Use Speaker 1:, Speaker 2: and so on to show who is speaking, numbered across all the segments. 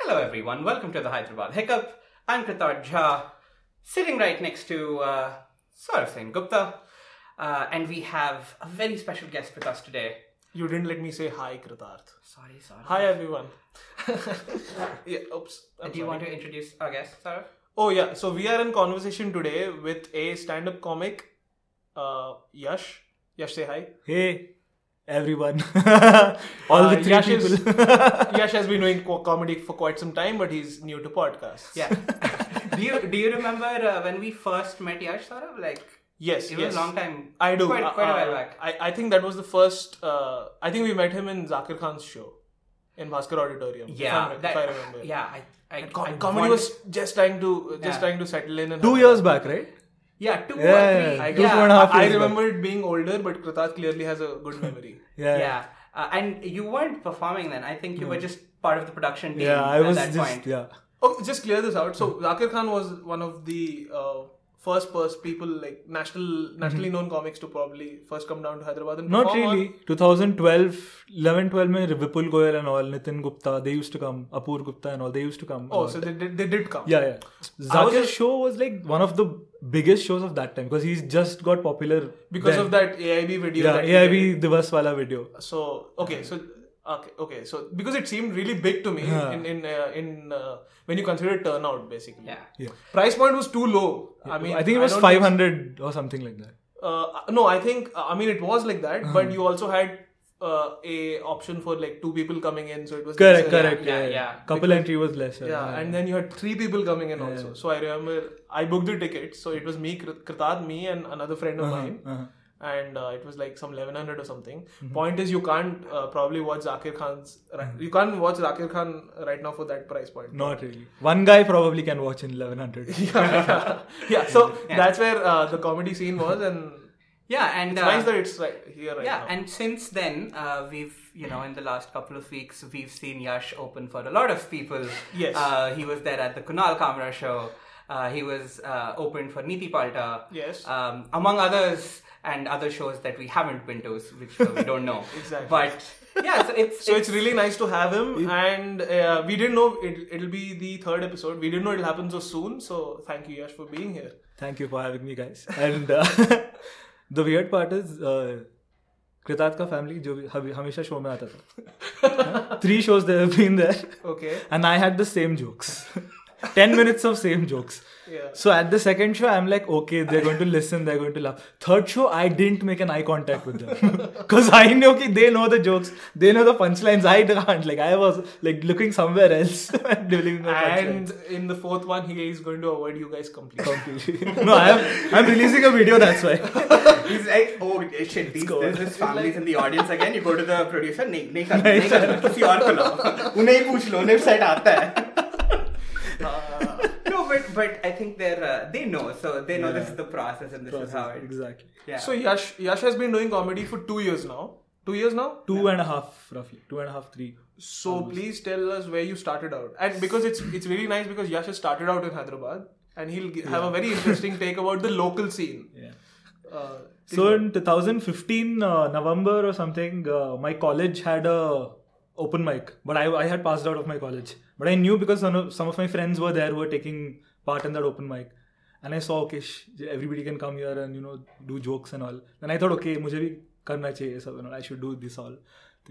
Speaker 1: Hello, everyone. Welcome to the Hyderabad Hiccup. I'm Kritar Jha, sitting right next to uh, Saurav Sen Gupta, uh, and we have a very special guest with us today.
Speaker 2: You didn't let me say hi, Kritarth.
Speaker 1: Sorry, sorry.
Speaker 2: Hi, everyone. yeah, oops. I'm
Speaker 1: Do you
Speaker 2: sorry.
Speaker 1: want to introduce our guest, Saurav?
Speaker 2: Oh, yeah. So, we are in conversation today with a stand up comic, uh, Yash. Yash, say hi.
Speaker 3: Hey, everyone. All
Speaker 2: Uh,
Speaker 3: the three
Speaker 2: Yash
Speaker 3: people.
Speaker 2: Is, Yash has been doing co- comedy for quite some time, but he's new to podcasts.
Speaker 1: Yeah. do you do you remember uh, when we first met Yash, Saurav? Like
Speaker 2: Yes,
Speaker 1: it was
Speaker 2: yes.
Speaker 1: a long time.
Speaker 2: I do.
Speaker 1: Quite, quite a
Speaker 2: Uh,
Speaker 1: while back.
Speaker 2: I, I think that was the first. Uh, I think we met him in Zakir Khan's show in Bhaskar Auditorium. if I'm-
Speaker 1: Yeah,
Speaker 2: if,
Speaker 1: that-
Speaker 2: I remember.
Speaker 1: Yeah, I. I,
Speaker 2: And co-
Speaker 1: I
Speaker 2: comedy
Speaker 1: want-
Speaker 2: was just trying to uh, just
Speaker 1: Yeah.
Speaker 2: trying to settle in. And
Speaker 3: Two years back, right?
Speaker 1: Yeah, two
Speaker 3: Yeah,
Speaker 1: or three.
Speaker 3: yeah,
Speaker 2: I
Speaker 3: two,
Speaker 1: yeah.
Speaker 3: two and a half
Speaker 2: I
Speaker 3: years
Speaker 2: remember it being older, but Kritarth clearly has a good memory.
Speaker 3: Yeah. Hmm.
Speaker 1: yeah. Uh, and you weren't performing then. I think you were just part of the production team
Speaker 3: Yeah, I
Speaker 1: at
Speaker 3: was
Speaker 1: that
Speaker 3: just,
Speaker 1: point.
Speaker 3: yeah.
Speaker 2: oh, just clear this out. So Zakir Khan was one of the uh, first first people like national nationally known comics to probably first come down to Hyderabad and
Speaker 3: Hmm. Not
Speaker 2: perform on-
Speaker 3: really. 2012, 11, 12 में Vipul Goyal and all, Nitin Gupta, they used to come. Apoor Gupta and all, they used to come. a
Speaker 2: Oh,
Speaker 3: lot.
Speaker 2: so they did, they did come.
Speaker 3: yeah, yeah.
Speaker 2: I was
Speaker 3: Zakir's
Speaker 2: just-
Speaker 3: show was like one of the biggest shows of that time because he's just got popular
Speaker 2: because
Speaker 3: then.
Speaker 2: of that AIB video.
Speaker 3: Yeah,
Speaker 2: that he did.
Speaker 3: AIB Divas wala video.
Speaker 2: So okay, so okay, okay, so because it seemed really big to me
Speaker 3: Yeah.
Speaker 2: in in uh, in uh, when you consider turnout basically.
Speaker 1: Yeah.
Speaker 3: Yeah.
Speaker 2: Price point was too low. I mean,
Speaker 3: I think it was
Speaker 2: don't
Speaker 3: 500 or something like that.
Speaker 2: uh, no i think i mean it was like that
Speaker 3: Uh-huh.
Speaker 2: but you also had uh, a option for like two people coming in so it was
Speaker 3: Correct,
Speaker 2: lesser.
Speaker 3: correct.
Speaker 1: yeah,
Speaker 3: Yeah,
Speaker 1: yeah.
Speaker 3: Couple entry was less.
Speaker 2: yeah and then you had three people coming in also so i remember i booked the ticket so it was me Kr- Kritad, me and another friend of mine
Speaker 3: uh-huh.
Speaker 2: and uh, it was like some 1100 or something point is you can't uh, probably watch zakir khan's you can't watch zakir khan right now for that price point
Speaker 3: Not really. One guy probably can watch in 1100.
Speaker 2: yeah, yeah so that's where uh, the comedy scene was and
Speaker 1: Yeah, and
Speaker 2: it's
Speaker 1: uh,
Speaker 2: nice that it's right here right
Speaker 1: yeah,
Speaker 2: now.
Speaker 1: and since then uh, we've you know in the last couple of weeks we've seen Yash open for a lot of people.
Speaker 2: Yes.
Speaker 1: uh, he was there at the Kunal Kamra show. Uh, he was uh, open for Niti Palta.
Speaker 2: Yes.
Speaker 1: um, among others and other shows that we haven't been to, which uh, we don't know.
Speaker 2: Exactly.
Speaker 1: But yeah, so it's
Speaker 2: So it's really nice to have him, and uh, we didn't know it, it'll be the third episode. We didn't know it'll happen so soon. So thank you, Yash, for being here.
Speaker 3: Thank you for having me, guys. And uh, the weird part is uh, Kritarth का family जो भी हमे- हमेशा show में आता था three shows they have been there
Speaker 2: Okay.
Speaker 3: and I had the same jokes 10 minutes of same jokes
Speaker 2: Yeah.
Speaker 3: so at the second show I'm like okay they're going to listen they're going to laugh third show I didn't make an eye contact with them because I know ki they know the jokes they know the punchlines I can't like I was like looking somewhere else and delivering my punchlines.
Speaker 2: And in the fourth one, he is going to avoid you guys completely.
Speaker 3: no, I'm I'm releasing a video. That's why.
Speaker 1: He's like, oh shit, these,
Speaker 3: go.
Speaker 1: there's this families in the audience again. You go to the producer, नहीं नहीं करना नहीं करना किसी और को लाओ उन्हें ही पूछ लो वेबसाइट आता है
Speaker 3: Ah.
Speaker 1: no but but I think they're uh, they know so they know this is the process and this is how it
Speaker 3: exactly.
Speaker 1: yeah
Speaker 2: So Yash, Yash has been doing comedy for two years now. Two years now.
Speaker 3: Two and a half, roughly. Two and a half, three.
Speaker 2: So please tell us where you started out, and because it's it's really nice because Yash has started out in Hyderabad, and he'll g- have a very interesting take about the local scene.
Speaker 3: Yeah.
Speaker 2: Uh,
Speaker 3: So in 2015 uh, November or something, uh, my college had a open mic, but I I had passed out of my college. But I knew because some of, some of my friends were there who were taking part in that open mic. And I saw, okay, sh- everybody can come here and you know do jokes and all. And I thought, okay, मुझे भी करना चाहिए ये सब and all. I should do this all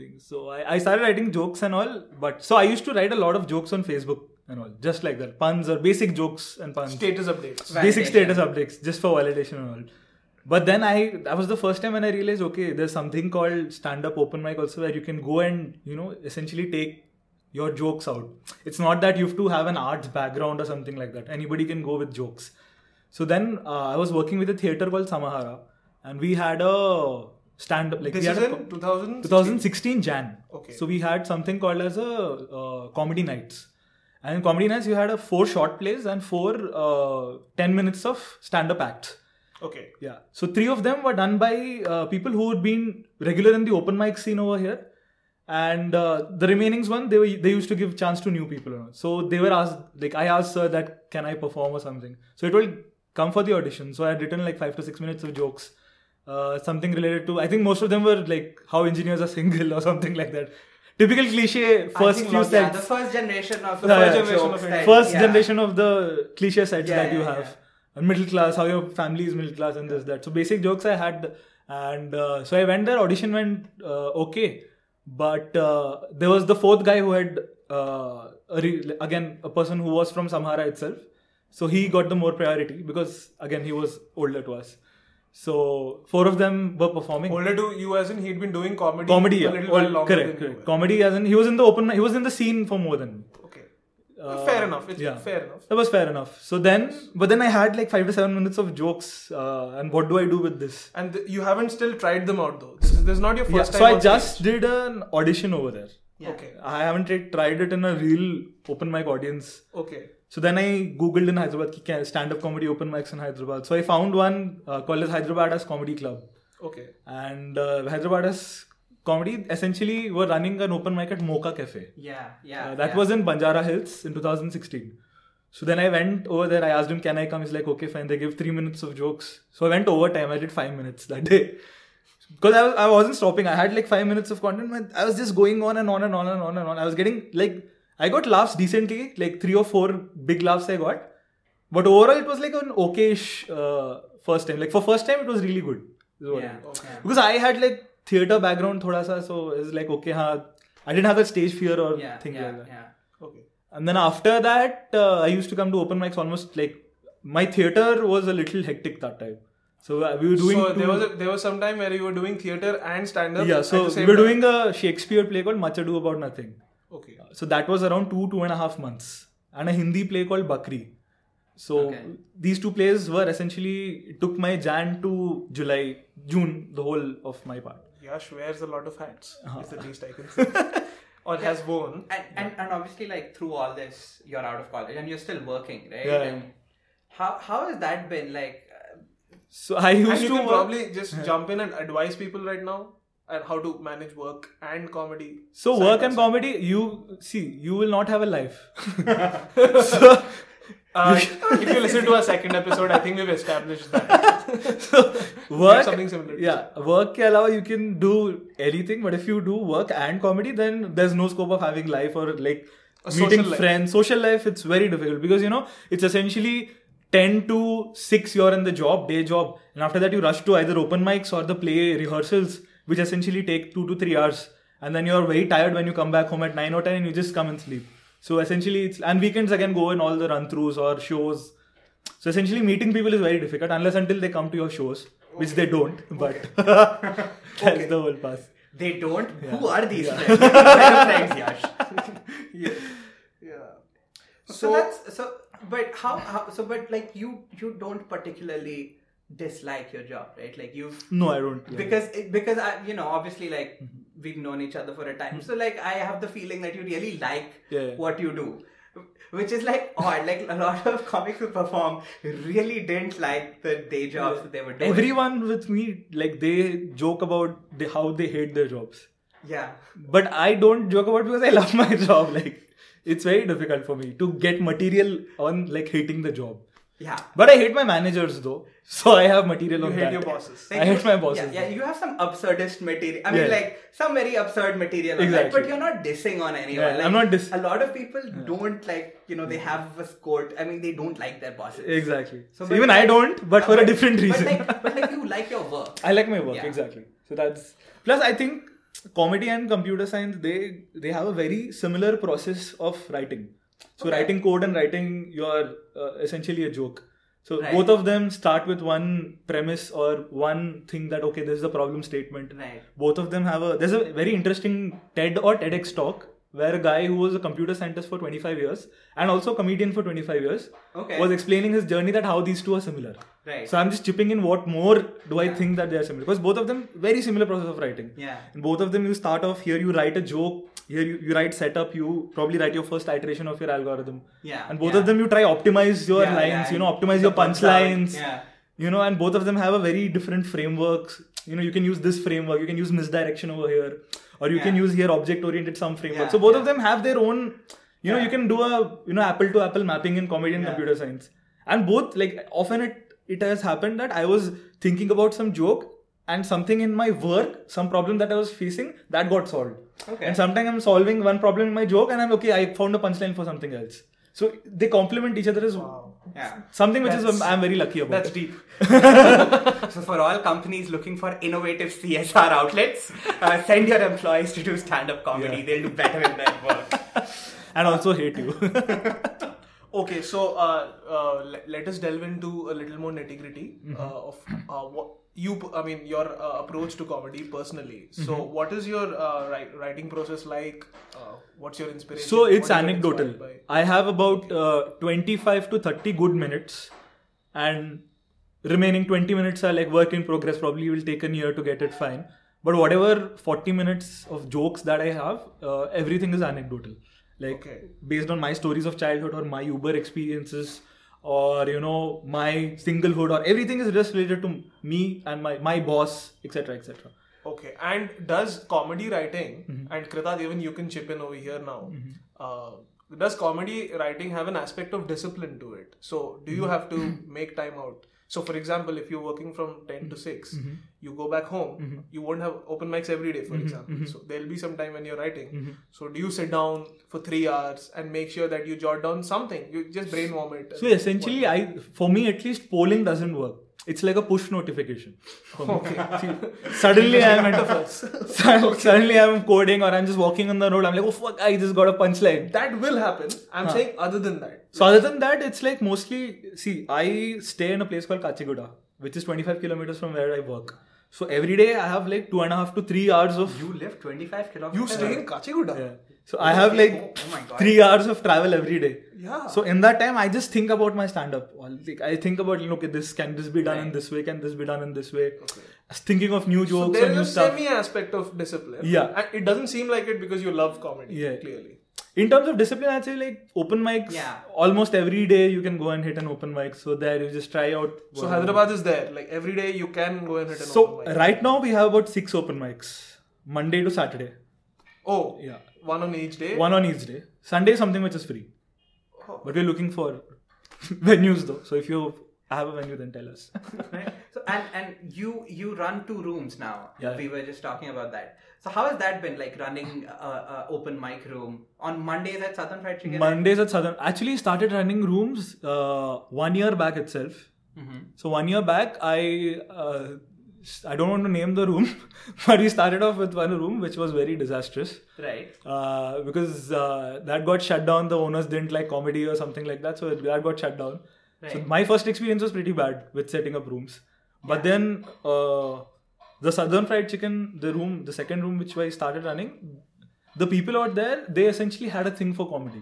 Speaker 3: things. So I, I started writing jokes and all. But so I used to write a lot of jokes on Facebook and all, just like that, puns or basic jokes and puns
Speaker 2: status updates.
Speaker 1: Validation.
Speaker 3: basic status updates just for validation and all. But then I that was the first time when I realized okay, there's something called stand up open mic also where you can go and you know essentially take your jokes out. It's not that you have to have an arts background or something like that. Anybody can go with jokes. So then uh, I was working with a theater called Samahara, and we had a stand up like
Speaker 2: This
Speaker 3: we had
Speaker 2: is
Speaker 3: a
Speaker 2: in
Speaker 3: co-
Speaker 2: 2000.
Speaker 3: 2016 Jan.
Speaker 2: Okay.
Speaker 3: So we had something called as a uh, comedy nights, and in comedy nights you had a four short plays and four uh, ten minutes of stand up acts.
Speaker 2: Okay.
Speaker 3: Yeah. So three of them were done by uh, people who had been regular in the open mic scene over here, and uh, the remainings one they were they used to give chance to new people. you know. So they were asked like I asked sir that can I perform or something. So it will come for the audition. So I had written like five to six minutes of jokes. Uh, something related to I think most of them were like how engineers are single or something like that. typical cliche
Speaker 1: I
Speaker 3: first
Speaker 1: think
Speaker 3: few
Speaker 1: log- yeah,
Speaker 3: sets.
Speaker 1: the first generation of
Speaker 3: Yeah, yeah,
Speaker 2: generation
Speaker 1: jokes
Speaker 2: of it.
Speaker 1: that-
Speaker 3: first
Speaker 1: yeah.
Speaker 3: generation of the cliche sets
Speaker 1: Yeah,
Speaker 3: that you
Speaker 1: yeah,
Speaker 3: have and middle class how your family is middle class and this that so basic jokes i had and uh, so i went there audition went uh, okay but uh, there was the fourth guy who had uh, a re- again a person who was from samhara itself so he got the more priority because again he was older to us so four of them were performing
Speaker 2: Older to you, as in he'd been doing comedy,
Speaker 3: comedy
Speaker 2: a
Speaker 3: yeah.
Speaker 2: little
Speaker 3: All-
Speaker 2: while longer
Speaker 3: correct
Speaker 2: than you
Speaker 3: correct
Speaker 2: were.
Speaker 3: comedy as in he was in the open he was in the scene for more than me
Speaker 2: Okay, fair enough. It's
Speaker 3: Uh, yeah.
Speaker 2: fair enough.
Speaker 3: that was fair enough. So then, but then I had like five to seven minutes of jokes, uh, and what do I do with this?
Speaker 2: And th- you haven't still tried them out though. This is, this is not your
Speaker 3: Yeah,
Speaker 2: first time.
Speaker 3: so I
Speaker 2: on
Speaker 3: just did an audition over there.
Speaker 2: stage. okay,
Speaker 3: I haven't tri- tried it in a real open mic audience.
Speaker 2: okay.
Speaker 3: So then I googled in Hyderabad ki stand up comedy open mics in Hyderabad. So I found one uh, called as Hyderabad as Comedy Club,
Speaker 2: Okay.
Speaker 3: and uh, Hyderabad as Comedy essentially were running an open mic at Mocha Cafe.
Speaker 1: Yeah, yeah.
Speaker 3: Uh, that
Speaker 1: yeah.
Speaker 3: was in Banjara Hills in 2016. So then I went over there. I asked him, "Can I come?" He's like, "Okay, fine." They give three minutes of jokes. So I went over time. I did five minutes that day because I, was, I wasn't stopping. I had like five minutes of content. but I was just going on and on and on and on and on. I was getting like I got laughs decently, like three or four big laughs I got. But overall, it was like an okayish uh, first time. Like for first time, it was really good. is what I
Speaker 1: Yeah,
Speaker 3: mean.
Speaker 1: okay.
Speaker 3: Because I had like theater background, thoda sa, so it's like okay, ha. I didn't have that stage fear or
Speaker 1: yeah,
Speaker 3: thing
Speaker 1: yeah,
Speaker 3: like that.
Speaker 1: yeah.
Speaker 2: Okay.
Speaker 3: And then after that, uh, I used to come to open mics almost like my theater was a little hectic that time. So uh, we were doing.
Speaker 2: so there
Speaker 3: two-
Speaker 2: was a, there was some time where you were doing theater and stand up.
Speaker 3: yeah, so we were doing a Shakespeare play called Machadu About Nothing.
Speaker 2: Okay.
Speaker 3: So that was around two, two and a half months. And a Hindi play called Bakri. So
Speaker 1: Okay.
Speaker 3: these two plays were essentially, it took my Jan to July, June, the whole of my part.
Speaker 2: Yash wears a lot of hats.
Speaker 3: Uh-huh.
Speaker 2: Is the least I can say. or has worn.
Speaker 1: And, and and obviously, like through all this, you're out of college and you're still working, right?
Speaker 3: Yeah.
Speaker 1: And how how has that been? Like, uh,
Speaker 3: So I used
Speaker 2: And
Speaker 3: to
Speaker 2: you can
Speaker 3: work-
Speaker 2: probably just jump in and advise people right now and how to manage work and comedy.
Speaker 3: So
Speaker 2: side
Speaker 3: work
Speaker 2: by
Speaker 3: and
Speaker 2: side.
Speaker 3: comedy, you see, you will not have a life. so,
Speaker 2: Uh, if you listen to our second episode, I think we've established that.
Speaker 3: so work,
Speaker 2: something similar.
Speaker 3: Yeah, work ke alawa you can do anything, but if you do work and comedy, then there's no scope of having life or like
Speaker 2: A
Speaker 3: meeting
Speaker 2: social life.
Speaker 3: friends. Social life, it's very difficult because you know it's essentially. 10 to 6 you're in the job day job and after that you rush to either open mics or the play rehearsals which essentially take 2 to 3 hours and then you're very tired when you come back home at 9 or 10 and you just come and sleep so essentially it's and weekends again go in all the run throughs or shows so essentially, meeting people is very difficult unless until they come to your shows, which they don't. But that's the whole pass.
Speaker 1: they don't. Who are these friends? What kind of friends, Yash?
Speaker 2: yeah.
Speaker 1: So,
Speaker 2: So-
Speaker 1: that's so. But how, how? So, but like you, you don't particularly dislike your job, right? Like you've
Speaker 3: No, I don't. yeah. Mm-hmm.
Speaker 1: because it, because I, you know obviously like we've known each other for a time so like i have the feeling that you really like
Speaker 3: Yeah.
Speaker 1: what you do which is like odd like a lot of comics who perform really didn't like the day jobs that they were doing
Speaker 3: everyone with me, like they joke about the, how they hate their jobs,
Speaker 1: yeah
Speaker 3: but I don't joke about because I love my job. Like it's very difficult for me to get material on like hating the job.
Speaker 1: yeah
Speaker 3: But I hate my managers though, so I have material on
Speaker 2: hate
Speaker 3: that.
Speaker 2: your bosses.
Speaker 3: I hate my bosses.
Speaker 1: Yeah, yeah, you have some absurdist material. I mean,
Speaker 3: Yeah.
Speaker 1: like some very absurd material, on that,
Speaker 3: Exactly.
Speaker 1: but you're not dissing on anyone.
Speaker 3: Yeah,
Speaker 1: like,
Speaker 3: I'm not diss-
Speaker 1: A lot of people don't like, you know, they have a quote. I mean, they don't like their bosses.
Speaker 3: Exactly. So,
Speaker 1: but
Speaker 3: even I
Speaker 1: like-
Speaker 3: don't, but for a different reason.
Speaker 1: But like, but like you like your work.
Speaker 3: I like my work
Speaker 1: Yeah.
Speaker 3: exactly. So that's plus I think comedy and computer science they they have a very similar process of writing. So
Speaker 1: Okay.
Speaker 3: writing code and writing your uh, essentially a joke. So
Speaker 1: Right.
Speaker 3: both of them start with one premise or one thing that okay this is the problem statement.
Speaker 1: Right.
Speaker 3: Both of them have a there's a very interesting TED or TEDx talk where a guy who was a computer scientist for 25 years and also a comedian for 25 years
Speaker 1: Okay.
Speaker 3: was explaining his journey that how these two are similar.
Speaker 1: Right.
Speaker 3: So I'm just chipping in what more do I think that they are similar because both of them very similar process of writing.
Speaker 1: Yeah.
Speaker 3: In both of them, you start off here. You write a joke. Here you, you write setup. You probably write your first iteration of your algorithm.
Speaker 1: Yeah,
Speaker 3: And both
Speaker 1: yeah.
Speaker 3: of them, you try optimize your
Speaker 1: Yeah,
Speaker 3: lines.
Speaker 1: yeah,
Speaker 3: you know,
Speaker 1: and
Speaker 3: optimize your
Speaker 1: the punch out,
Speaker 3: punchlines.
Speaker 1: yeah.
Speaker 3: You know, and both of them have a very different frameworks. You know, you can use this framework. You can use misdirection over here, or you
Speaker 1: Yeah.
Speaker 3: can use here object oriented some framework.
Speaker 1: Yeah,
Speaker 3: so both of
Speaker 1: yeah.
Speaker 3: them have their own. You know,
Speaker 1: Yeah.
Speaker 3: you can do a you know apple to apple mapping in comedy and
Speaker 1: Yeah.
Speaker 3: computer science, and both like often it it has happened that I was thinking about some joke and something in my work, some problem that I was facing that got solved.
Speaker 1: Okay.
Speaker 3: And sometimes I'm solving one problem in my joke, and I'm okay. I found a punchline for something else. So they complement each other as
Speaker 1: Yeah.
Speaker 3: something which is
Speaker 2: That's-
Speaker 3: I'm very lucky about.
Speaker 2: That's deep.
Speaker 1: So, for all companies looking for innovative CSR outlets, uh, send your employees to do stand up comedy.
Speaker 3: Yeah.
Speaker 1: They'll do better in that work.
Speaker 3: and also hate you.
Speaker 2: Okay, so uh, uh, le- let us delve into a little more nitty gritty
Speaker 3: Mm-hmm.
Speaker 2: uh, of uh, what you, p- I mean, your uh, approach to comedy personally. So,
Speaker 3: Mm-hmm.
Speaker 2: what is your uh, wri- writing process like? Uh, what's your inspiration?
Speaker 3: so it's
Speaker 2: What do you get
Speaker 3: anecdotal
Speaker 2: inspired by?
Speaker 3: i have about uh, 25 to 30 good minutes and remaining 20 minutes are like work in progress probably will take a year to get it fine but whatever 40 minutes of jokes that i have uh, everything is anecdotal like
Speaker 2: Okay.
Speaker 3: based on my stories of childhood or my uber experiences or you know my singlehood or everything is just related to me and my my boss etc etc
Speaker 2: Okay, and does comedy writing
Speaker 3: Mm-hmm.
Speaker 2: and Krita, even you can chip in over here now. Uh, does comedy writing have an aspect of discipline to it? So, do you
Speaker 3: Mm-hmm.
Speaker 2: have to make time out? So, for example, if you're working from 10 to 6,
Speaker 3: Mm-hmm.
Speaker 2: you go back home, you won't have open mics every day, for example.
Speaker 3: Mm-hmm.
Speaker 2: So, there'll be some time when you're writing. So, do you sit down for three hours and make sure that you jot down something? You just brain vomit.
Speaker 3: So essentially, I for me at least polling doesn't work. It's like a push notification. for me. See, suddenly I'm at suddenly I'm coding or I'm just walking on the road. I'm like, oh fuck, I just got a punchline.
Speaker 2: that will happen. I'm saying, other than that.
Speaker 3: So other than that, it's like mostly see, I stay in a place called Kachiguda, which is 25 kilometers from where I work. So every day I have like two and a half to three hours of
Speaker 1: You live 25 kilometers.
Speaker 2: You stay in Kachiguda.
Speaker 3: Yeah. So I have like
Speaker 1: Oh, oh my God.
Speaker 3: three hours of travel every day.
Speaker 2: Yeah.
Speaker 3: So in that time, I just think about my stand up. Like I think about you know, okay, this can this be done in
Speaker 1: Right.
Speaker 3: this way? Can this be done in this way? I was Thinking of new
Speaker 2: So
Speaker 3: jokes or
Speaker 2: there is
Speaker 3: new
Speaker 2: a
Speaker 3: stuff.
Speaker 2: semi aspect of discipline.
Speaker 3: Yeah.
Speaker 2: And it doesn't seem like it because you love comedy.
Speaker 3: Yeah.
Speaker 2: Clearly.
Speaker 3: in terms of discipline, I'd say like open mics.
Speaker 1: Yeah.
Speaker 3: Almost every day you can go and hit an open mic. So there you just try out.
Speaker 2: So
Speaker 3: whatever.
Speaker 2: Hyderabad is there. Like every day you can go and hit an
Speaker 3: So
Speaker 2: open mic.
Speaker 3: right now we have about six open mics, Monday to Saturday.
Speaker 2: Oh.
Speaker 3: Yeah.
Speaker 2: One on each day.
Speaker 3: One on each day. Sunday is something which is free.
Speaker 2: Oh.
Speaker 3: But we're looking for venues though. So if you have a venue, then tell us.
Speaker 1: Right? So and and you you run two rooms now.
Speaker 3: Yeah.
Speaker 1: We were just talking about that. So how has that been like running a, a open mic room on Mondays at Southern Fried Chicken?
Speaker 3: Mondays at Southern actually started running rooms uh, one year back itself.
Speaker 1: Mm-hmm.
Speaker 3: So one year back, I uh, I don't want to name the room, but we started off with one room which was very disastrous
Speaker 1: right.
Speaker 3: uh, because uh, that got shut down. The owners didn't like comedy or something like that, so it, that got shut down. So
Speaker 1: Right.
Speaker 3: my first experience was pretty bad with setting up rooms, but then uh, the Southern Fried Chicken, the room, the second room which I started running, the people out there they essentially had a thing for comedy,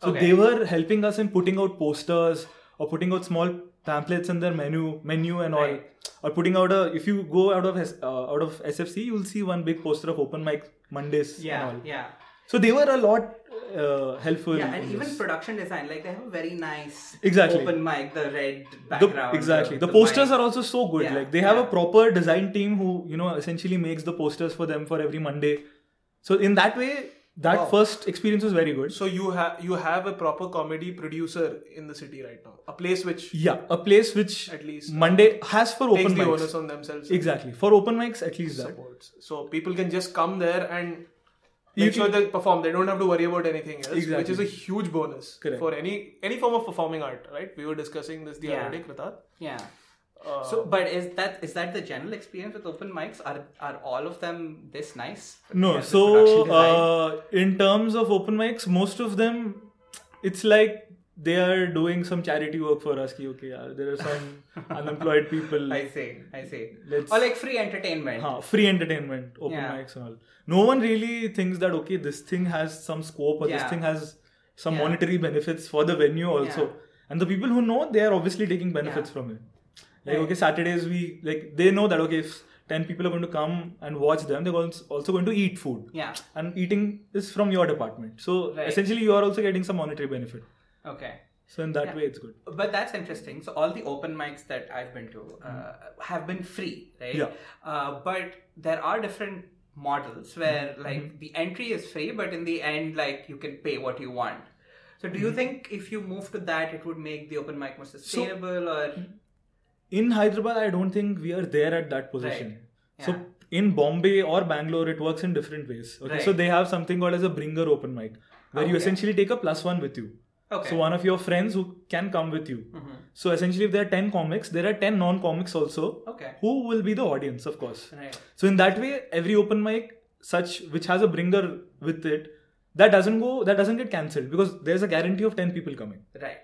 Speaker 3: so
Speaker 1: Okay.
Speaker 3: they were helping us in putting out posters or putting out small pamphlets in their menu menu and all
Speaker 1: Right.
Speaker 3: or putting out a if you go out of S, uh, out of sfc you'll see one big poster of open mic mondays and
Speaker 1: Yeah.
Speaker 3: all
Speaker 1: Yeah.
Speaker 3: so they were a lot uh, helpful.
Speaker 1: Yeah,
Speaker 3: in
Speaker 1: and even
Speaker 3: this.
Speaker 1: production design, like they have a very nice
Speaker 3: Exactly.
Speaker 1: open mic, the red
Speaker 3: the,
Speaker 1: background.
Speaker 3: exactly. The, posters are also so good.
Speaker 1: Yeah,
Speaker 3: Like they have a
Speaker 1: yeah.
Speaker 3: proper design team who you know essentially makes the posters for them for every Monday. So in that way, that
Speaker 2: Wow.
Speaker 3: first experience was very good.
Speaker 2: So you have you have a proper comedy producer in the city right now. A place which
Speaker 3: Yeah, a place which
Speaker 2: At least, uh,
Speaker 3: Monday has for
Speaker 2: takes
Speaker 3: open
Speaker 2: the onus
Speaker 3: mics.
Speaker 2: on themselves.
Speaker 3: Exactly for open mics at least that.
Speaker 2: Supports. So people can just come there and
Speaker 3: You
Speaker 2: make sure
Speaker 3: can-
Speaker 2: they perform. They don't have to worry about anything else, which
Speaker 3: Exactly.
Speaker 2: is a huge bonus
Speaker 3: Correct.
Speaker 2: for any any form of performing art. Right? We were discussing this the
Speaker 1: Yeah.
Speaker 2: other day, Kritat.
Speaker 1: Yeah.
Speaker 2: Uh,
Speaker 1: So, but is that is that the general experience with open mics? Are are all of them this nice?
Speaker 3: No,
Speaker 1: Yeah, the production
Speaker 3: so
Speaker 1: design.
Speaker 3: uh, in terms of open mics, most of them, it's like they are doing some charity work for us. Ki, okay, yeah, there are some unemployed people.
Speaker 1: I see, I see.
Speaker 3: Let's-
Speaker 1: Or like free entertainment.
Speaker 3: uh, Huh, free entertainment, open
Speaker 1: Yeah.
Speaker 3: mics and all. No one really thinks that okay, this thing has some scope or
Speaker 1: Yeah.
Speaker 3: this thing has some
Speaker 1: Yeah.
Speaker 3: monetary benefits for the venue also.
Speaker 1: Yeah.
Speaker 3: And the people who know, they are obviously taking benefits
Speaker 1: Yeah.
Speaker 3: from it. Like
Speaker 1: Right.
Speaker 3: okay, Saturdays we like they know that okay, if ten people are going to come and watch them, they're als- also going to eat food.
Speaker 1: Yeah.
Speaker 3: And eating is from your department, so
Speaker 1: Right.
Speaker 3: essentially you are also getting some monetary benefit.
Speaker 1: Okay.
Speaker 3: So in that
Speaker 1: Yeah.
Speaker 3: way, it's good.
Speaker 1: But that's interesting. So all the open mics that I've been to uh,
Speaker 2: Hmm.
Speaker 1: have been free, right?
Speaker 3: Yeah.
Speaker 1: Uh, but there are different models
Speaker 2: Hmm.
Speaker 1: where like the entry is free, but in the end, like you can pay what you want. So
Speaker 2: Hmm.
Speaker 1: do you think if you move to that, it would make the open mic more sustainable or
Speaker 2: Hmm.
Speaker 3: in Hyderabad, I don't think we are there at that position.
Speaker 1: Right.
Speaker 3: So
Speaker 1: Yeah.
Speaker 3: in Bombay or Bangalore, it works in different ways. Okay, so
Speaker 1: Right.
Speaker 3: they have something called as a bringer open mic, where you
Speaker 1: Okay.
Speaker 3: essentially take a plus one with you.
Speaker 1: Okay. Mm-hmm.
Speaker 3: So one of your friends who can come with you. So essentially, if there are ten comics, there are ten non-comics also.
Speaker 1: Okay.
Speaker 3: Who will be the audience, of course.
Speaker 1: Right.
Speaker 3: So in that way, every open mic such which has a bringer with it, that doesn't go, that doesn't get cancelled because there's a guarantee of ten people coming
Speaker 1: Right.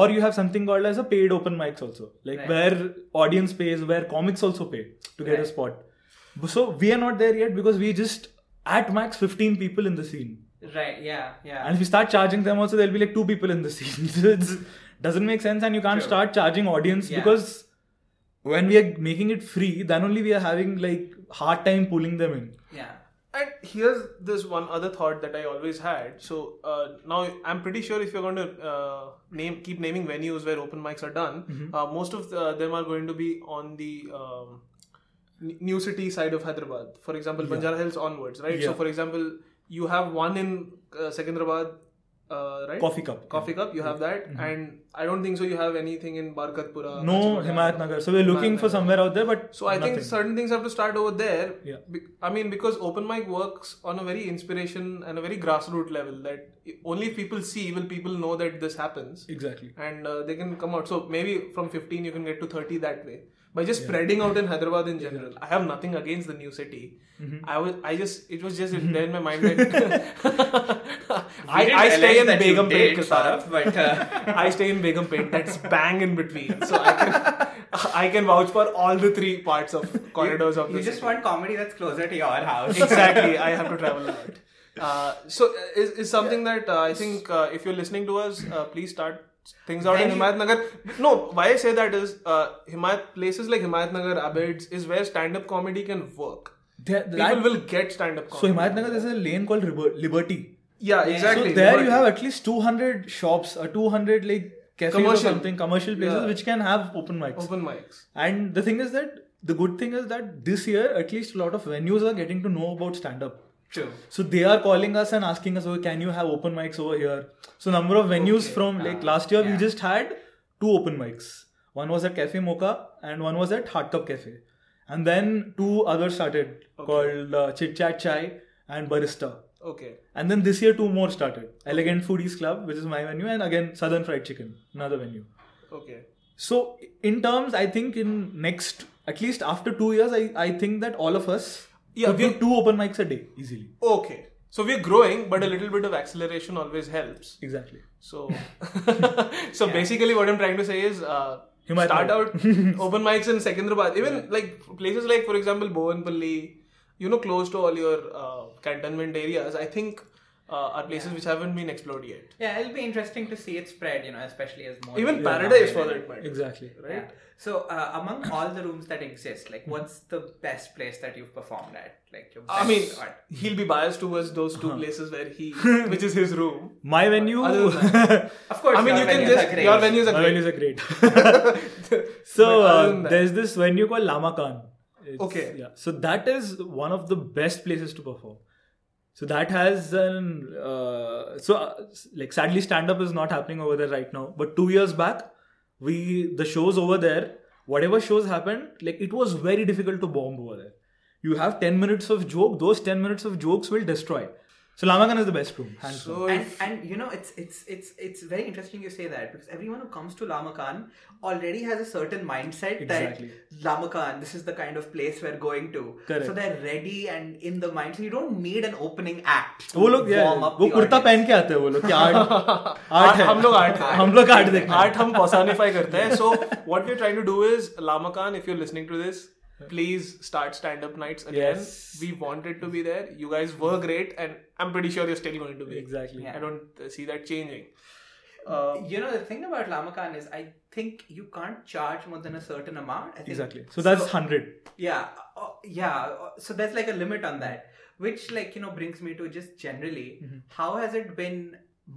Speaker 3: or you have something called as a paid open mics also like
Speaker 1: Right.
Speaker 3: where audience pays where comics also pay to get a
Speaker 1: Right.
Speaker 3: spot so we are not there yet because we just at max 15 people in the scene
Speaker 1: Right. Yeah. Yeah.
Speaker 3: and if we start charging them also there'll be like two people in the scene So it doesn't make sense and you can't
Speaker 1: True.
Speaker 3: start charging audience
Speaker 1: Yeah.
Speaker 3: because when we are making it free then only we are having like hard time pulling them in
Speaker 1: yeah.
Speaker 2: And here's this one other thought that I always had. So uh, now I'm pretty sure if you're going to uh, name keep naming venues where open mics are done,
Speaker 3: Mm-hmm.
Speaker 2: uh, most of the, them are going to be on the um, n- new city side of Hyderabad. For example, Banjara Hills onwards, right? So
Speaker 3: Yeah.
Speaker 2: for example, you have one in uh, Secunderabad, uh, right?
Speaker 3: Coffee Cup, Mm-hmm.
Speaker 2: Coffee cup. You have that, and I don't think so. You have anything in Barkatpura.
Speaker 3: no
Speaker 2: Lajpat.
Speaker 3: himayat nagar so we're looking for
Speaker 2: Himayat Nagar.
Speaker 3: somewhere out there but
Speaker 2: So I think
Speaker 3: nothing.
Speaker 2: certain things have to start over there.
Speaker 3: Yeah.
Speaker 2: Be- I mean, because open mic works on a very inspiration and a very grassroots level that only if people see will people know that this happens
Speaker 3: exactly
Speaker 2: and uh, they can come out. So maybe from 15 you can get to 30 that way by just spreading out in Hyderabad in general. I have nothing against the new city.
Speaker 1: Mm-hmm.
Speaker 2: I was I just it was just there in my mind that I, I stay in Begumpet, Kasaragod.
Speaker 1: Saraf, but uh,
Speaker 2: I stay in Begumpet. That's bang in between, so I can I can vouch for all the three parts of corridors
Speaker 1: you,
Speaker 2: of the
Speaker 1: you just
Speaker 2: city.
Speaker 1: want comedy that's closer to your house.
Speaker 2: exactly. I have to travel a lot. Uh, so uh, is, is something that uh, I think uh, if you're listening to us, uh, please start things out in
Speaker 1: Then you-
Speaker 2: Himayat Nagar. No, why I say that is uh, Himayat places like Himayat Nagar, Abbots is where stand-up comedy can work.
Speaker 3: There- that-
Speaker 2: People will get stand-up
Speaker 3: so
Speaker 2: comedy.
Speaker 3: himayat nagar there's a lane called Riber- liberty
Speaker 2: yeah,
Speaker 3: So
Speaker 2: exactly.
Speaker 3: there you
Speaker 2: Liberty.
Speaker 3: have at least 200 shops or 200 like cafes
Speaker 2: Commercial.
Speaker 3: or something commercial places
Speaker 2: Yeah.
Speaker 3: which can have open mics.
Speaker 2: open mics.
Speaker 3: And the thing is that the good thing is that this year at least a lot of venues are getting to know about stand up.
Speaker 1: True.
Speaker 3: So they are calling us and asking us, "Oh, can you have open mics over here?" So number of venues from
Speaker 2: Ah,
Speaker 3: like last year we just had two open mics. One was at Cafe Mocha and one was at Hard Cup Cafe, and then two others started called uh, Chit Chat Chai and Barista.
Speaker 2: Okay.
Speaker 3: And then this year, two more started Elegant Foodies Club, which is my venue, and again Southern Fried Chicken, another venue.
Speaker 2: Okay.
Speaker 3: So, in terms, I think in next, at least after two years, I, I think that all of us
Speaker 2: Yeah,
Speaker 3: could do
Speaker 2: we-
Speaker 3: two open mics a day easily.
Speaker 2: Okay. So we're growing, but a little bit of acceleration always helps.
Speaker 3: Exactly.
Speaker 2: So, so basically, what I'm trying to say is, uh,
Speaker 3: Himayat
Speaker 2: start
Speaker 3: Nagar.
Speaker 2: out open mics in Secunderabad. Even like places like, for example, Bowenpally, you know, close to all your uh, cantonment areas. I think uh, are places which haven't been explored yet.
Speaker 1: Yeah, it'll be interesting to see it spread. You know, especially as
Speaker 3: Oh,
Speaker 1: more
Speaker 2: Even
Speaker 1: people come
Speaker 2: Paradise,
Speaker 1: in
Speaker 2: for
Speaker 1: and-
Speaker 2: that matter.
Speaker 3: Exactly.
Speaker 2: Right?
Speaker 1: Yeah. So, uh, among all the rooms that exist, like, what's the best place that you've performed at? Like, your
Speaker 2: I
Speaker 1: best
Speaker 2: mean,
Speaker 1: spot?
Speaker 2: he'll be biased towards those
Speaker 3: Uh-huh.
Speaker 2: 2 places where he, which is his room.
Speaker 3: My venue.
Speaker 2: Other than
Speaker 1: of course.
Speaker 2: I mean,
Speaker 1: your
Speaker 2: you can
Speaker 1: venues
Speaker 2: just
Speaker 1: are great.
Speaker 2: your venues are
Speaker 3: my
Speaker 2: great.
Speaker 3: venues are great. so,
Speaker 2: But other than
Speaker 3: uh,
Speaker 2: that-
Speaker 3: there's this venue called Lama Khan. It's-
Speaker 2: Okay.
Speaker 3: Yeah. So, that is one of the best places to perform. So that has an uh, so uh, s- like sadly stand up is not happening over there right now. But two years back, we the shows over there, whatever shows happened, like it was very difficult to bomb over there. You have ten minutes of joke; those ten minutes of jokes will destroy. So Lamakan is the best room. hands down.
Speaker 2: So
Speaker 1: and, and you know it's it's it's it's very interesting you say that because everyone who comes to Lama Khan already has a certain mindset
Speaker 3: Exactly.
Speaker 1: that Lama Khan this is the kind of place we're going to
Speaker 3: Correct.
Speaker 1: so they're ready and in the mind so you don't need an opening act to
Speaker 3: तो वो लोग yeah,
Speaker 1: warm up
Speaker 3: वो
Speaker 1: the
Speaker 3: kurta
Speaker 1: audience.
Speaker 3: पहन के आते हैं वो लोग कि आर्ट आर्ट है
Speaker 2: हम लोग आर्ट हैं।
Speaker 3: हम लोग आर्ट देखना
Speaker 2: आर्ट हम पॉसानिफाई करते हैं so what we trying to do is Lama Khan if you listening to this Please start stand up nights again.
Speaker 3: Yes.
Speaker 2: We wanted to be there. You guys were great, and I'm pretty sure you're still going to be.
Speaker 3: Exactly.
Speaker 1: Yeah.
Speaker 2: I don't uh, see that changing. Uh,
Speaker 1: you know the thing about Lama Khan is I think you can't charge more than a certain amount I think
Speaker 3: exactly so that's hundred
Speaker 1: yeah uh, yeah uh, so there's like a limit on that which like you know brings me to just generally
Speaker 3: Mm-hmm.
Speaker 1: how has it been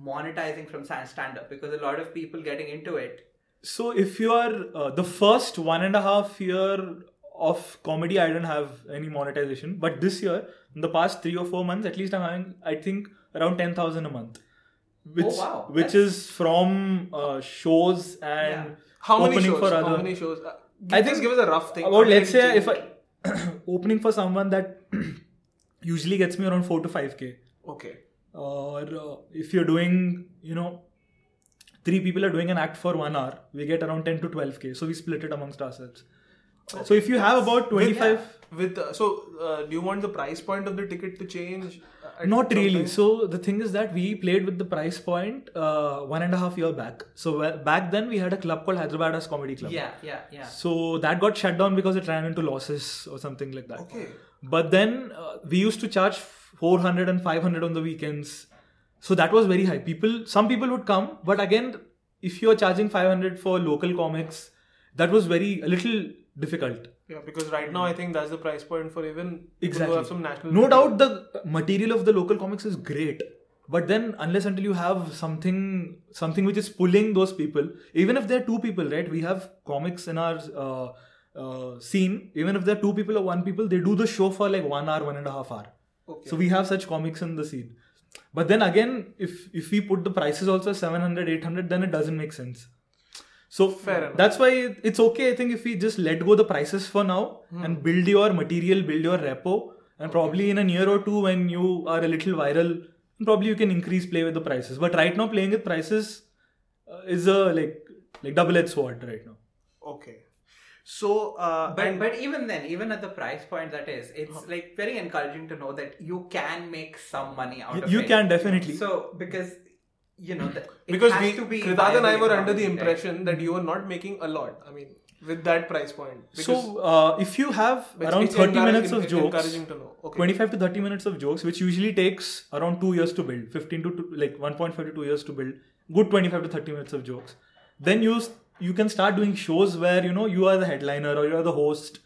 Speaker 1: monetizing from stand up because a lot of people getting into it
Speaker 3: So if you are uh, the first one and a half year of comedy, I don't have any monetization. But this year, in the past three or four months, at least I'm having, I think, around ten thousand a month, which
Speaker 1: Oh, wow.
Speaker 3: which
Speaker 1: That's-
Speaker 3: is from uh, shows and
Speaker 1: Yeah.
Speaker 2: how many
Speaker 3: opening
Speaker 2: shows?
Speaker 3: for
Speaker 2: how
Speaker 3: other.
Speaker 2: many shows? Uh,
Speaker 3: I
Speaker 2: just
Speaker 3: think
Speaker 2: give us a rough thing.
Speaker 3: About let's say if I opening for someone that usually gets me around 4 to 5k
Speaker 2: Okay.
Speaker 3: or uh, if you're doing you know three people are doing an act for one hour we get around 10 to 12k so we split it amongst ourselves so if you have about 25
Speaker 2: With uh, so, uh, do you want the price point of the ticket to change? uh, at
Speaker 3: not
Speaker 2: some
Speaker 3: really
Speaker 2: time?
Speaker 3: so the thing is that we played with the price point uh, one and a half year back so where- back then we had a club called hyderabad as comedy club
Speaker 1: Yeah, yeah, yeah.
Speaker 3: so that got shut down because it ran into losses or something like that
Speaker 2: Okay.
Speaker 3: but then uh, we used to charge 400 and 500 on the weekends so that was very high people some people would come but again if you're charging 500 for local comics that was very a little difficult
Speaker 2: Yeah, because right now I think that's the price point for even people who
Speaker 3: exactly
Speaker 2: have some national.
Speaker 3: no doubt the material of the local comics is great but then unless until you have something something which is pulling those people even if there are two people right we have comics in our uh, uh, scene even if there are two people or one people they do the show for like one hour one and a half hour
Speaker 2: Okay.
Speaker 3: so we have such comics in the scene but then again if if we put the prices also 700 800 then it doesn't make sense so
Speaker 2: Fair enough.
Speaker 3: that's why it- it's okay i think if we just let go the prices for now
Speaker 2: Hmm.
Speaker 3: and build your material build your repo and probably in a year or two when you are a little viral probably you can increase play with the prices but right now playing with prices uh, is a like like double edged sword right now
Speaker 2: Okay. So, uh,
Speaker 1: But
Speaker 2: and-
Speaker 1: but even then, even at the price point that is,
Speaker 3: Uh-huh.
Speaker 1: it's like very encouraging to know that you can make some money out of
Speaker 3: you
Speaker 1: it.
Speaker 3: can definitely
Speaker 1: So because you know that it
Speaker 2: because
Speaker 1: has
Speaker 2: we,
Speaker 1: to be
Speaker 2: Kridad and I
Speaker 1: viable
Speaker 2: were under the
Speaker 1: economically, right?
Speaker 2: impression that you were not making a lot. I mean, with that price point. Because
Speaker 3: so uh, if you have
Speaker 2: it's-
Speaker 3: around
Speaker 2: it's
Speaker 3: 30
Speaker 2: encouraging-
Speaker 3: minutes of
Speaker 2: it's
Speaker 3: jokes
Speaker 2: Encouraging to know. Okay.
Speaker 3: 25 to 30 minutes of jokes which usually takes around 2 years to build 15 to two, like 1.5 to 2 years to build good 25 to 30 minutes of jokes then you s- you can start doing shows where you know you are the headliner or you are the host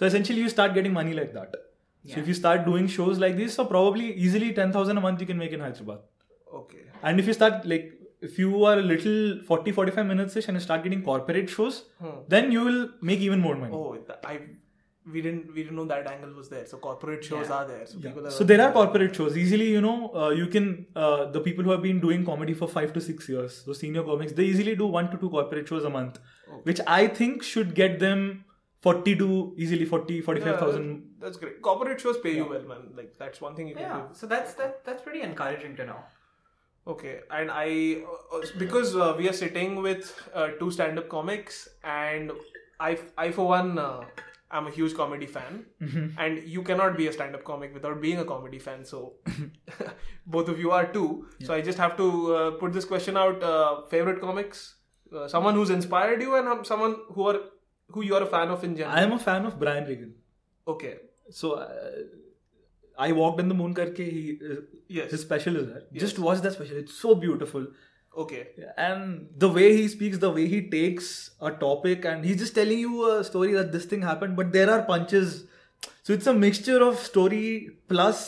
Speaker 3: so essentially you start getting money like that so
Speaker 1: Yeah.
Speaker 3: if you start doing shows like this so probably easily 10000 a month you can make in hyderabad
Speaker 2: Okay.
Speaker 3: and if you start like if you are a little 40 45 minutes ish and you start getting corporate shows
Speaker 2: Hmm.
Speaker 3: then you will make even more money
Speaker 2: Oh, th- I we didn't we didn't know that angle was there. So corporate shows
Speaker 1: Yeah.
Speaker 2: are there. So
Speaker 3: Yeah.
Speaker 2: people are
Speaker 3: So there are corporate shows. Easily, you know, uh, you can uh, the people who have been doing comedy for five to six years, those senior comics, they easily do one to two corporate shows a month, which I think should get them forty to easily 40,
Speaker 2: Yeah,
Speaker 3: 45,000.
Speaker 2: that's- That's great. Corporate shows pay you well, man. Like that's one thing you can
Speaker 1: Yeah.
Speaker 2: do.
Speaker 1: So that's that that's pretty encouraging to know.
Speaker 2: Okay, and I uh, uh, because uh, we are sitting with uh, two stand-up comics, and I, I for one, uh, I'm a huge comedy fan,
Speaker 3: Mm-hmm.
Speaker 2: and you cannot be a stand-up comic without being a comedy fan. So both of you are too. So I just have to uh, put this question out: uh, favorite comics, uh, someone who's inspired you, and um, someone who are who you are a fan of in general.
Speaker 3: I am a fan of Brian Regan.
Speaker 2: okay.
Speaker 3: So uh, I walked in the moon karke. He, uh,
Speaker 2: Yes.
Speaker 3: his special is there. Just watch that special. It's so beautiful.
Speaker 2: Okay.
Speaker 3: and the way he speaks the way he takes a topic and he's just telling you a story that this thing happened but there are punches so it's a mixture of story plus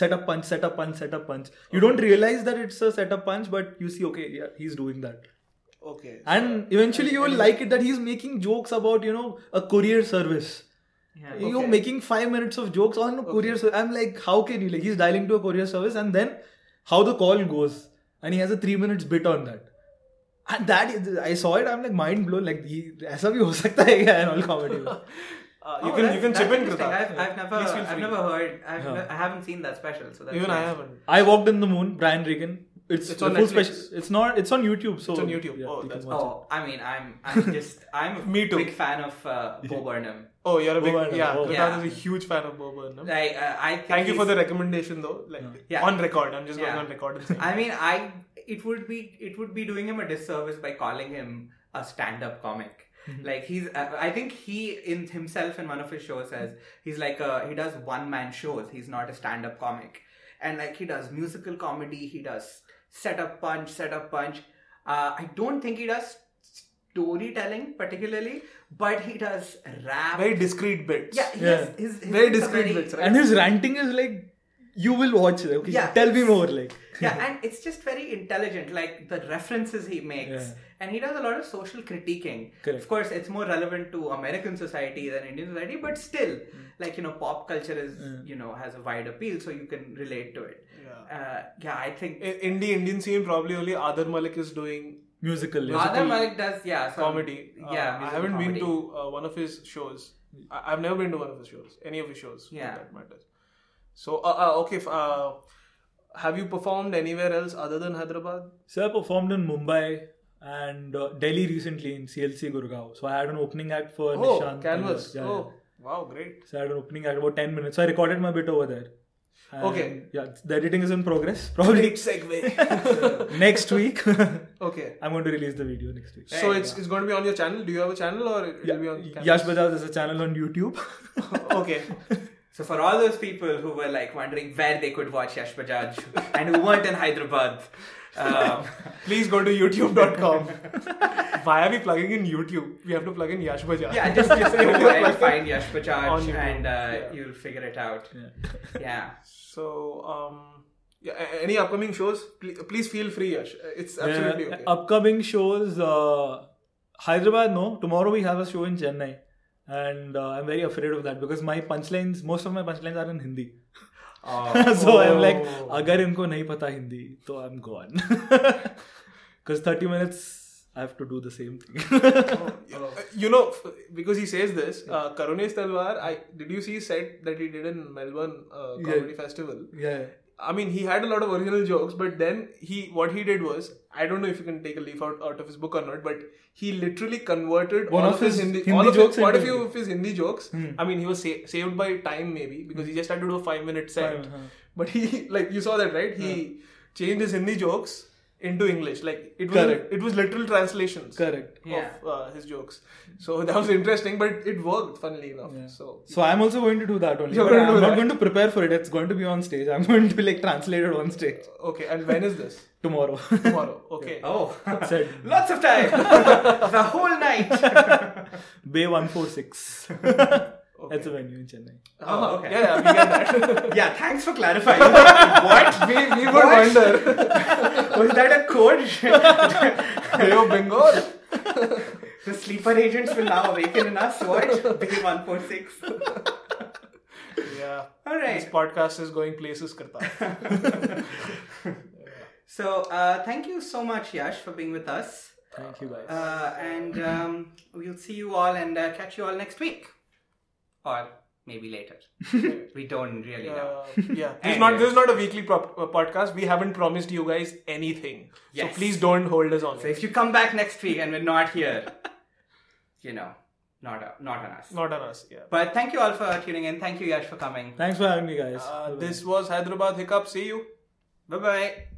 Speaker 3: setup punch setup punch setup punch you don't realize that it's a setup punch but you see okay yeah he's doing that
Speaker 2: Okay.
Speaker 3: and eventually you will like it that he's making jokes about you know a courier service
Speaker 1: Yeah.
Speaker 3: you're making five minutes of jokes on a courier service. I'm like, how can you? Like, he's dialing to a courier service, and then how the call goes, and he has a three minutes bit on that. And that is, I saw it. I'm like mind blown. Like, he, ऐसा भी हो सकता है क्या in all comedy? में?
Speaker 2: Uh,
Speaker 1: Oh,
Speaker 2: you can
Speaker 1: that's-
Speaker 2: you can
Speaker 1: that's
Speaker 2: chip in,
Speaker 1: interesting.
Speaker 2: Kritha.
Speaker 1: I've, I've never
Speaker 2: Please feel
Speaker 1: I've
Speaker 2: free.
Speaker 1: never heard I've ne- I haven't seen that special. So that's
Speaker 2: Even I
Speaker 1: nice.
Speaker 2: haven't.
Speaker 3: I walked in the moon. Brian Regan. It's,
Speaker 2: It's
Speaker 3: the
Speaker 2: on
Speaker 3: full
Speaker 2: Netflix.
Speaker 3: special. It's not. It's on YouTube. So
Speaker 2: It's on YouTube.
Speaker 3: yeah,
Speaker 2: Oh,
Speaker 3: you can
Speaker 2: that's-
Speaker 3: watch it.
Speaker 1: Oh, I mean, I'm I'm just I'm a
Speaker 2: Me too.
Speaker 1: big fan of uh, Bo Burnham.
Speaker 2: Oh, you're a big
Speaker 3: Burnham.
Speaker 2: yeah.
Speaker 3: Oh.
Speaker 2: Kritha
Speaker 1: Yeah.
Speaker 2: is a huge fan of Bo Burnham.
Speaker 1: Like uh, I think
Speaker 2: Thank you for
Speaker 1: he's-
Speaker 2: the recommendation though. Like
Speaker 1: Yeah.
Speaker 2: on record, I'm just going
Speaker 1: Yeah.
Speaker 2: on record and saying.
Speaker 1: I mean, I it would be it would be doing him a disservice by calling him a stand-up comic.
Speaker 2: Mm-hmm.
Speaker 1: Like he's, uh, I think he in himself in one of his shows says he's like a, he does one-man shows. He's not a stand-up comic, and like he does musical comedy, he does setup punch, setup punch. Uh, I don't think he does storytelling particularly, but he does rap.
Speaker 2: Very discreet bits.
Speaker 1: yeah, he
Speaker 3: Yeah.
Speaker 1: Does, his, his
Speaker 2: oh. Very
Speaker 1: bits are
Speaker 2: discreet
Speaker 1: very-
Speaker 2: bits, right?
Speaker 3: And his ranting is like, you will watch it. Okay,
Speaker 1: Yeah.
Speaker 3: tell me more. Like,
Speaker 1: yeah and it's just very intelligent like the references he makes
Speaker 3: Yeah.
Speaker 1: and he does a lot of social critiquing
Speaker 3: Correct.
Speaker 1: of course it's more relevant to american society than indian society but still
Speaker 2: Mm.
Speaker 1: like you know pop culture is you know has a wide appeal so you can relate to it
Speaker 2: Yeah.
Speaker 1: uh, yeah i think
Speaker 2: In, in the Indian scene, probably only Adar Malik is doing
Speaker 3: musical.
Speaker 1: Adam Malik does yeah some,
Speaker 2: comedy. Uh,
Speaker 1: yeah
Speaker 2: I
Speaker 1: musical
Speaker 2: haven't been
Speaker 1: comedy.
Speaker 2: to uh, one of his shows. I- I've never been to one of his shows, any of his shows. for
Speaker 1: Yeah.
Speaker 2: that matters. So uh, uh, okay, f- uh, have you performed anywhere else other than Hyderabad?
Speaker 3: So I performed in Mumbai and uh, Delhi recently in CLC Gurgaon. So I had an opening act for
Speaker 2: oh,
Speaker 3: Nishant.
Speaker 2: Canvas.
Speaker 3: Yeah, yeah.
Speaker 2: oh, wow, great.
Speaker 3: So I had an opening act about 10 minutes. So I recorded my bit over there. And,
Speaker 2: Okay.
Speaker 3: Yeah, the editing is in progress. Probably
Speaker 2: segue.
Speaker 3: next week. I'm
Speaker 2: okay.
Speaker 3: going to release the video next week.
Speaker 2: So it's, it's going to be on your channel. Do you have a channel or it- it'll be on Canvas?
Speaker 3: Yash Bajaj is a channel on YouTube.
Speaker 2: okay.
Speaker 1: So for all those people who were like wondering where they could watch Yash Bajaj and who weren't in Hyderabad, um,
Speaker 2: Please go to youtube.com. Why are we plugging in YouTube? We have to plug in Yash Bajaj.
Speaker 1: yeah, just just Google and find Yash
Speaker 2: On
Speaker 1: Bajaj
Speaker 2: YouTube,
Speaker 1: and uh,
Speaker 2: yeah.
Speaker 1: you'll figure it out.
Speaker 3: Yeah.
Speaker 1: Yeah,
Speaker 2: So, um, yeah, a- any upcoming shows? Please, please feel free, Yash. It's absolutely
Speaker 3: Yeah,
Speaker 2: okay.
Speaker 3: Uh, Upcoming shows, uh, Hyderabad, no. Tomorrow we have a show in Chennai. And uh, I'm very afraid of that because my punchlines, most of my punchlines are in Hindi.
Speaker 1: oh,
Speaker 3: so I'm like,
Speaker 2: Oh.
Speaker 3: अगर इनको नहीं पता हिंदी तो I am gone because 30 minutes I have to do the same thing.
Speaker 2: Uh, You know, f- because he says this, uh, Karunesh Talwar, I did you see his set that he did in Melbourne uh, Comedy Festival?
Speaker 3: yeah.
Speaker 2: I mean, he had a lot of original jokes, but then he what he did was I don't know if you can take a leaf out, out of his book or not, but he literally converted
Speaker 3: One
Speaker 2: all
Speaker 3: of
Speaker 2: of his,
Speaker 3: his
Speaker 2: Hindi,
Speaker 3: Hindi
Speaker 2: all of
Speaker 3: jokes
Speaker 2: his, quite a
Speaker 3: into Hmm.
Speaker 2: few
Speaker 3: Hindi.
Speaker 2: of his Hindi jokes. I mean, he was sa- saved by time maybe because he just had to do a five minute set,
Speaker 3: Five, huh.
Speaker 2: but he like you saw that right? He changed his Hindi jokes into English, like it was
Speaker 3: Correct.
Speaker 2: it was literal translations
Speaker 3: Correct.
Speaker 1: Yeah.
Speaker 2: of uh, his jokes. So that was interesting, but it worked funnily enough.
Speaker 3: Yeah.
Speaker 2: So
Speaker 3: So I'm also going to do that only.
Speaker 2: You're
Speaker 3: but
Speaker 2: gonna
Speaker 3: I'm
Speaker 2: do
Speaker 3: not
Speaker 2: that.
Speaker 3: going to prepare for it. It's going to be on stage. I'm going to be like translated on stage
Speaker 2: okay, and when is this?
Speaker 3: tomorrow.
Speaker 2: Tomorrow. Okay.
Speaker 1: oh,
Speaker 3: Said
Speaker 1: lots of time, the whole night.
Speaker 3: Bay 146. That's a venue in Chennai.
Speaker 2: Uh-huh.
Speaker 1: okay.
Speaker 2: Yeah, yeah, we get that.
Speaker 1: Yeah, thanks for clarifying. what?
Speaker 2: we, we would
Speaker 1: What?
Speaker 2: wonder.
Speaker 1: Was that a code?
Speaker 2: Bay of Bengal.
Speaker 1: the sleeper agents will now awaken in us. What? Bay one four six.
Speaker 2: Yeah.
Speaker 1: All right.
Speaker 2: This podcast is going places, Karta.
Speaker 1: So uh, thank you so much, Yash, for being with us.
Speaker 3: Thank you guys.
Speaker 1: Uh, and um, we'll see you all and uh, catch you all next week. Or maybe later. we don't really know.
Speaker 2: Uh, yeah. This is not this is not a weekly prop, uh, podcast. We haven't promised you guys anything.
Speaker 1: Yes.
Speaker 2: So please don't hold us on.
Speaker 1: So
Speaker 2: it.
Speaker 1: if you come back next week and we're not here, you know, not, uh, not on us.
Speaker 2: Not on us. Yeah.
Speaker 1: But thank you all for tuning in. Thank you, Yash, for coming.
Speaker 3: Thanks for having me, guys.
Speaker 2: Uh,
Speaker 3: Bye-bye.
Speaker 2: this was Hyderabad Hiccup. See you.
Speaker 1: Bye bye.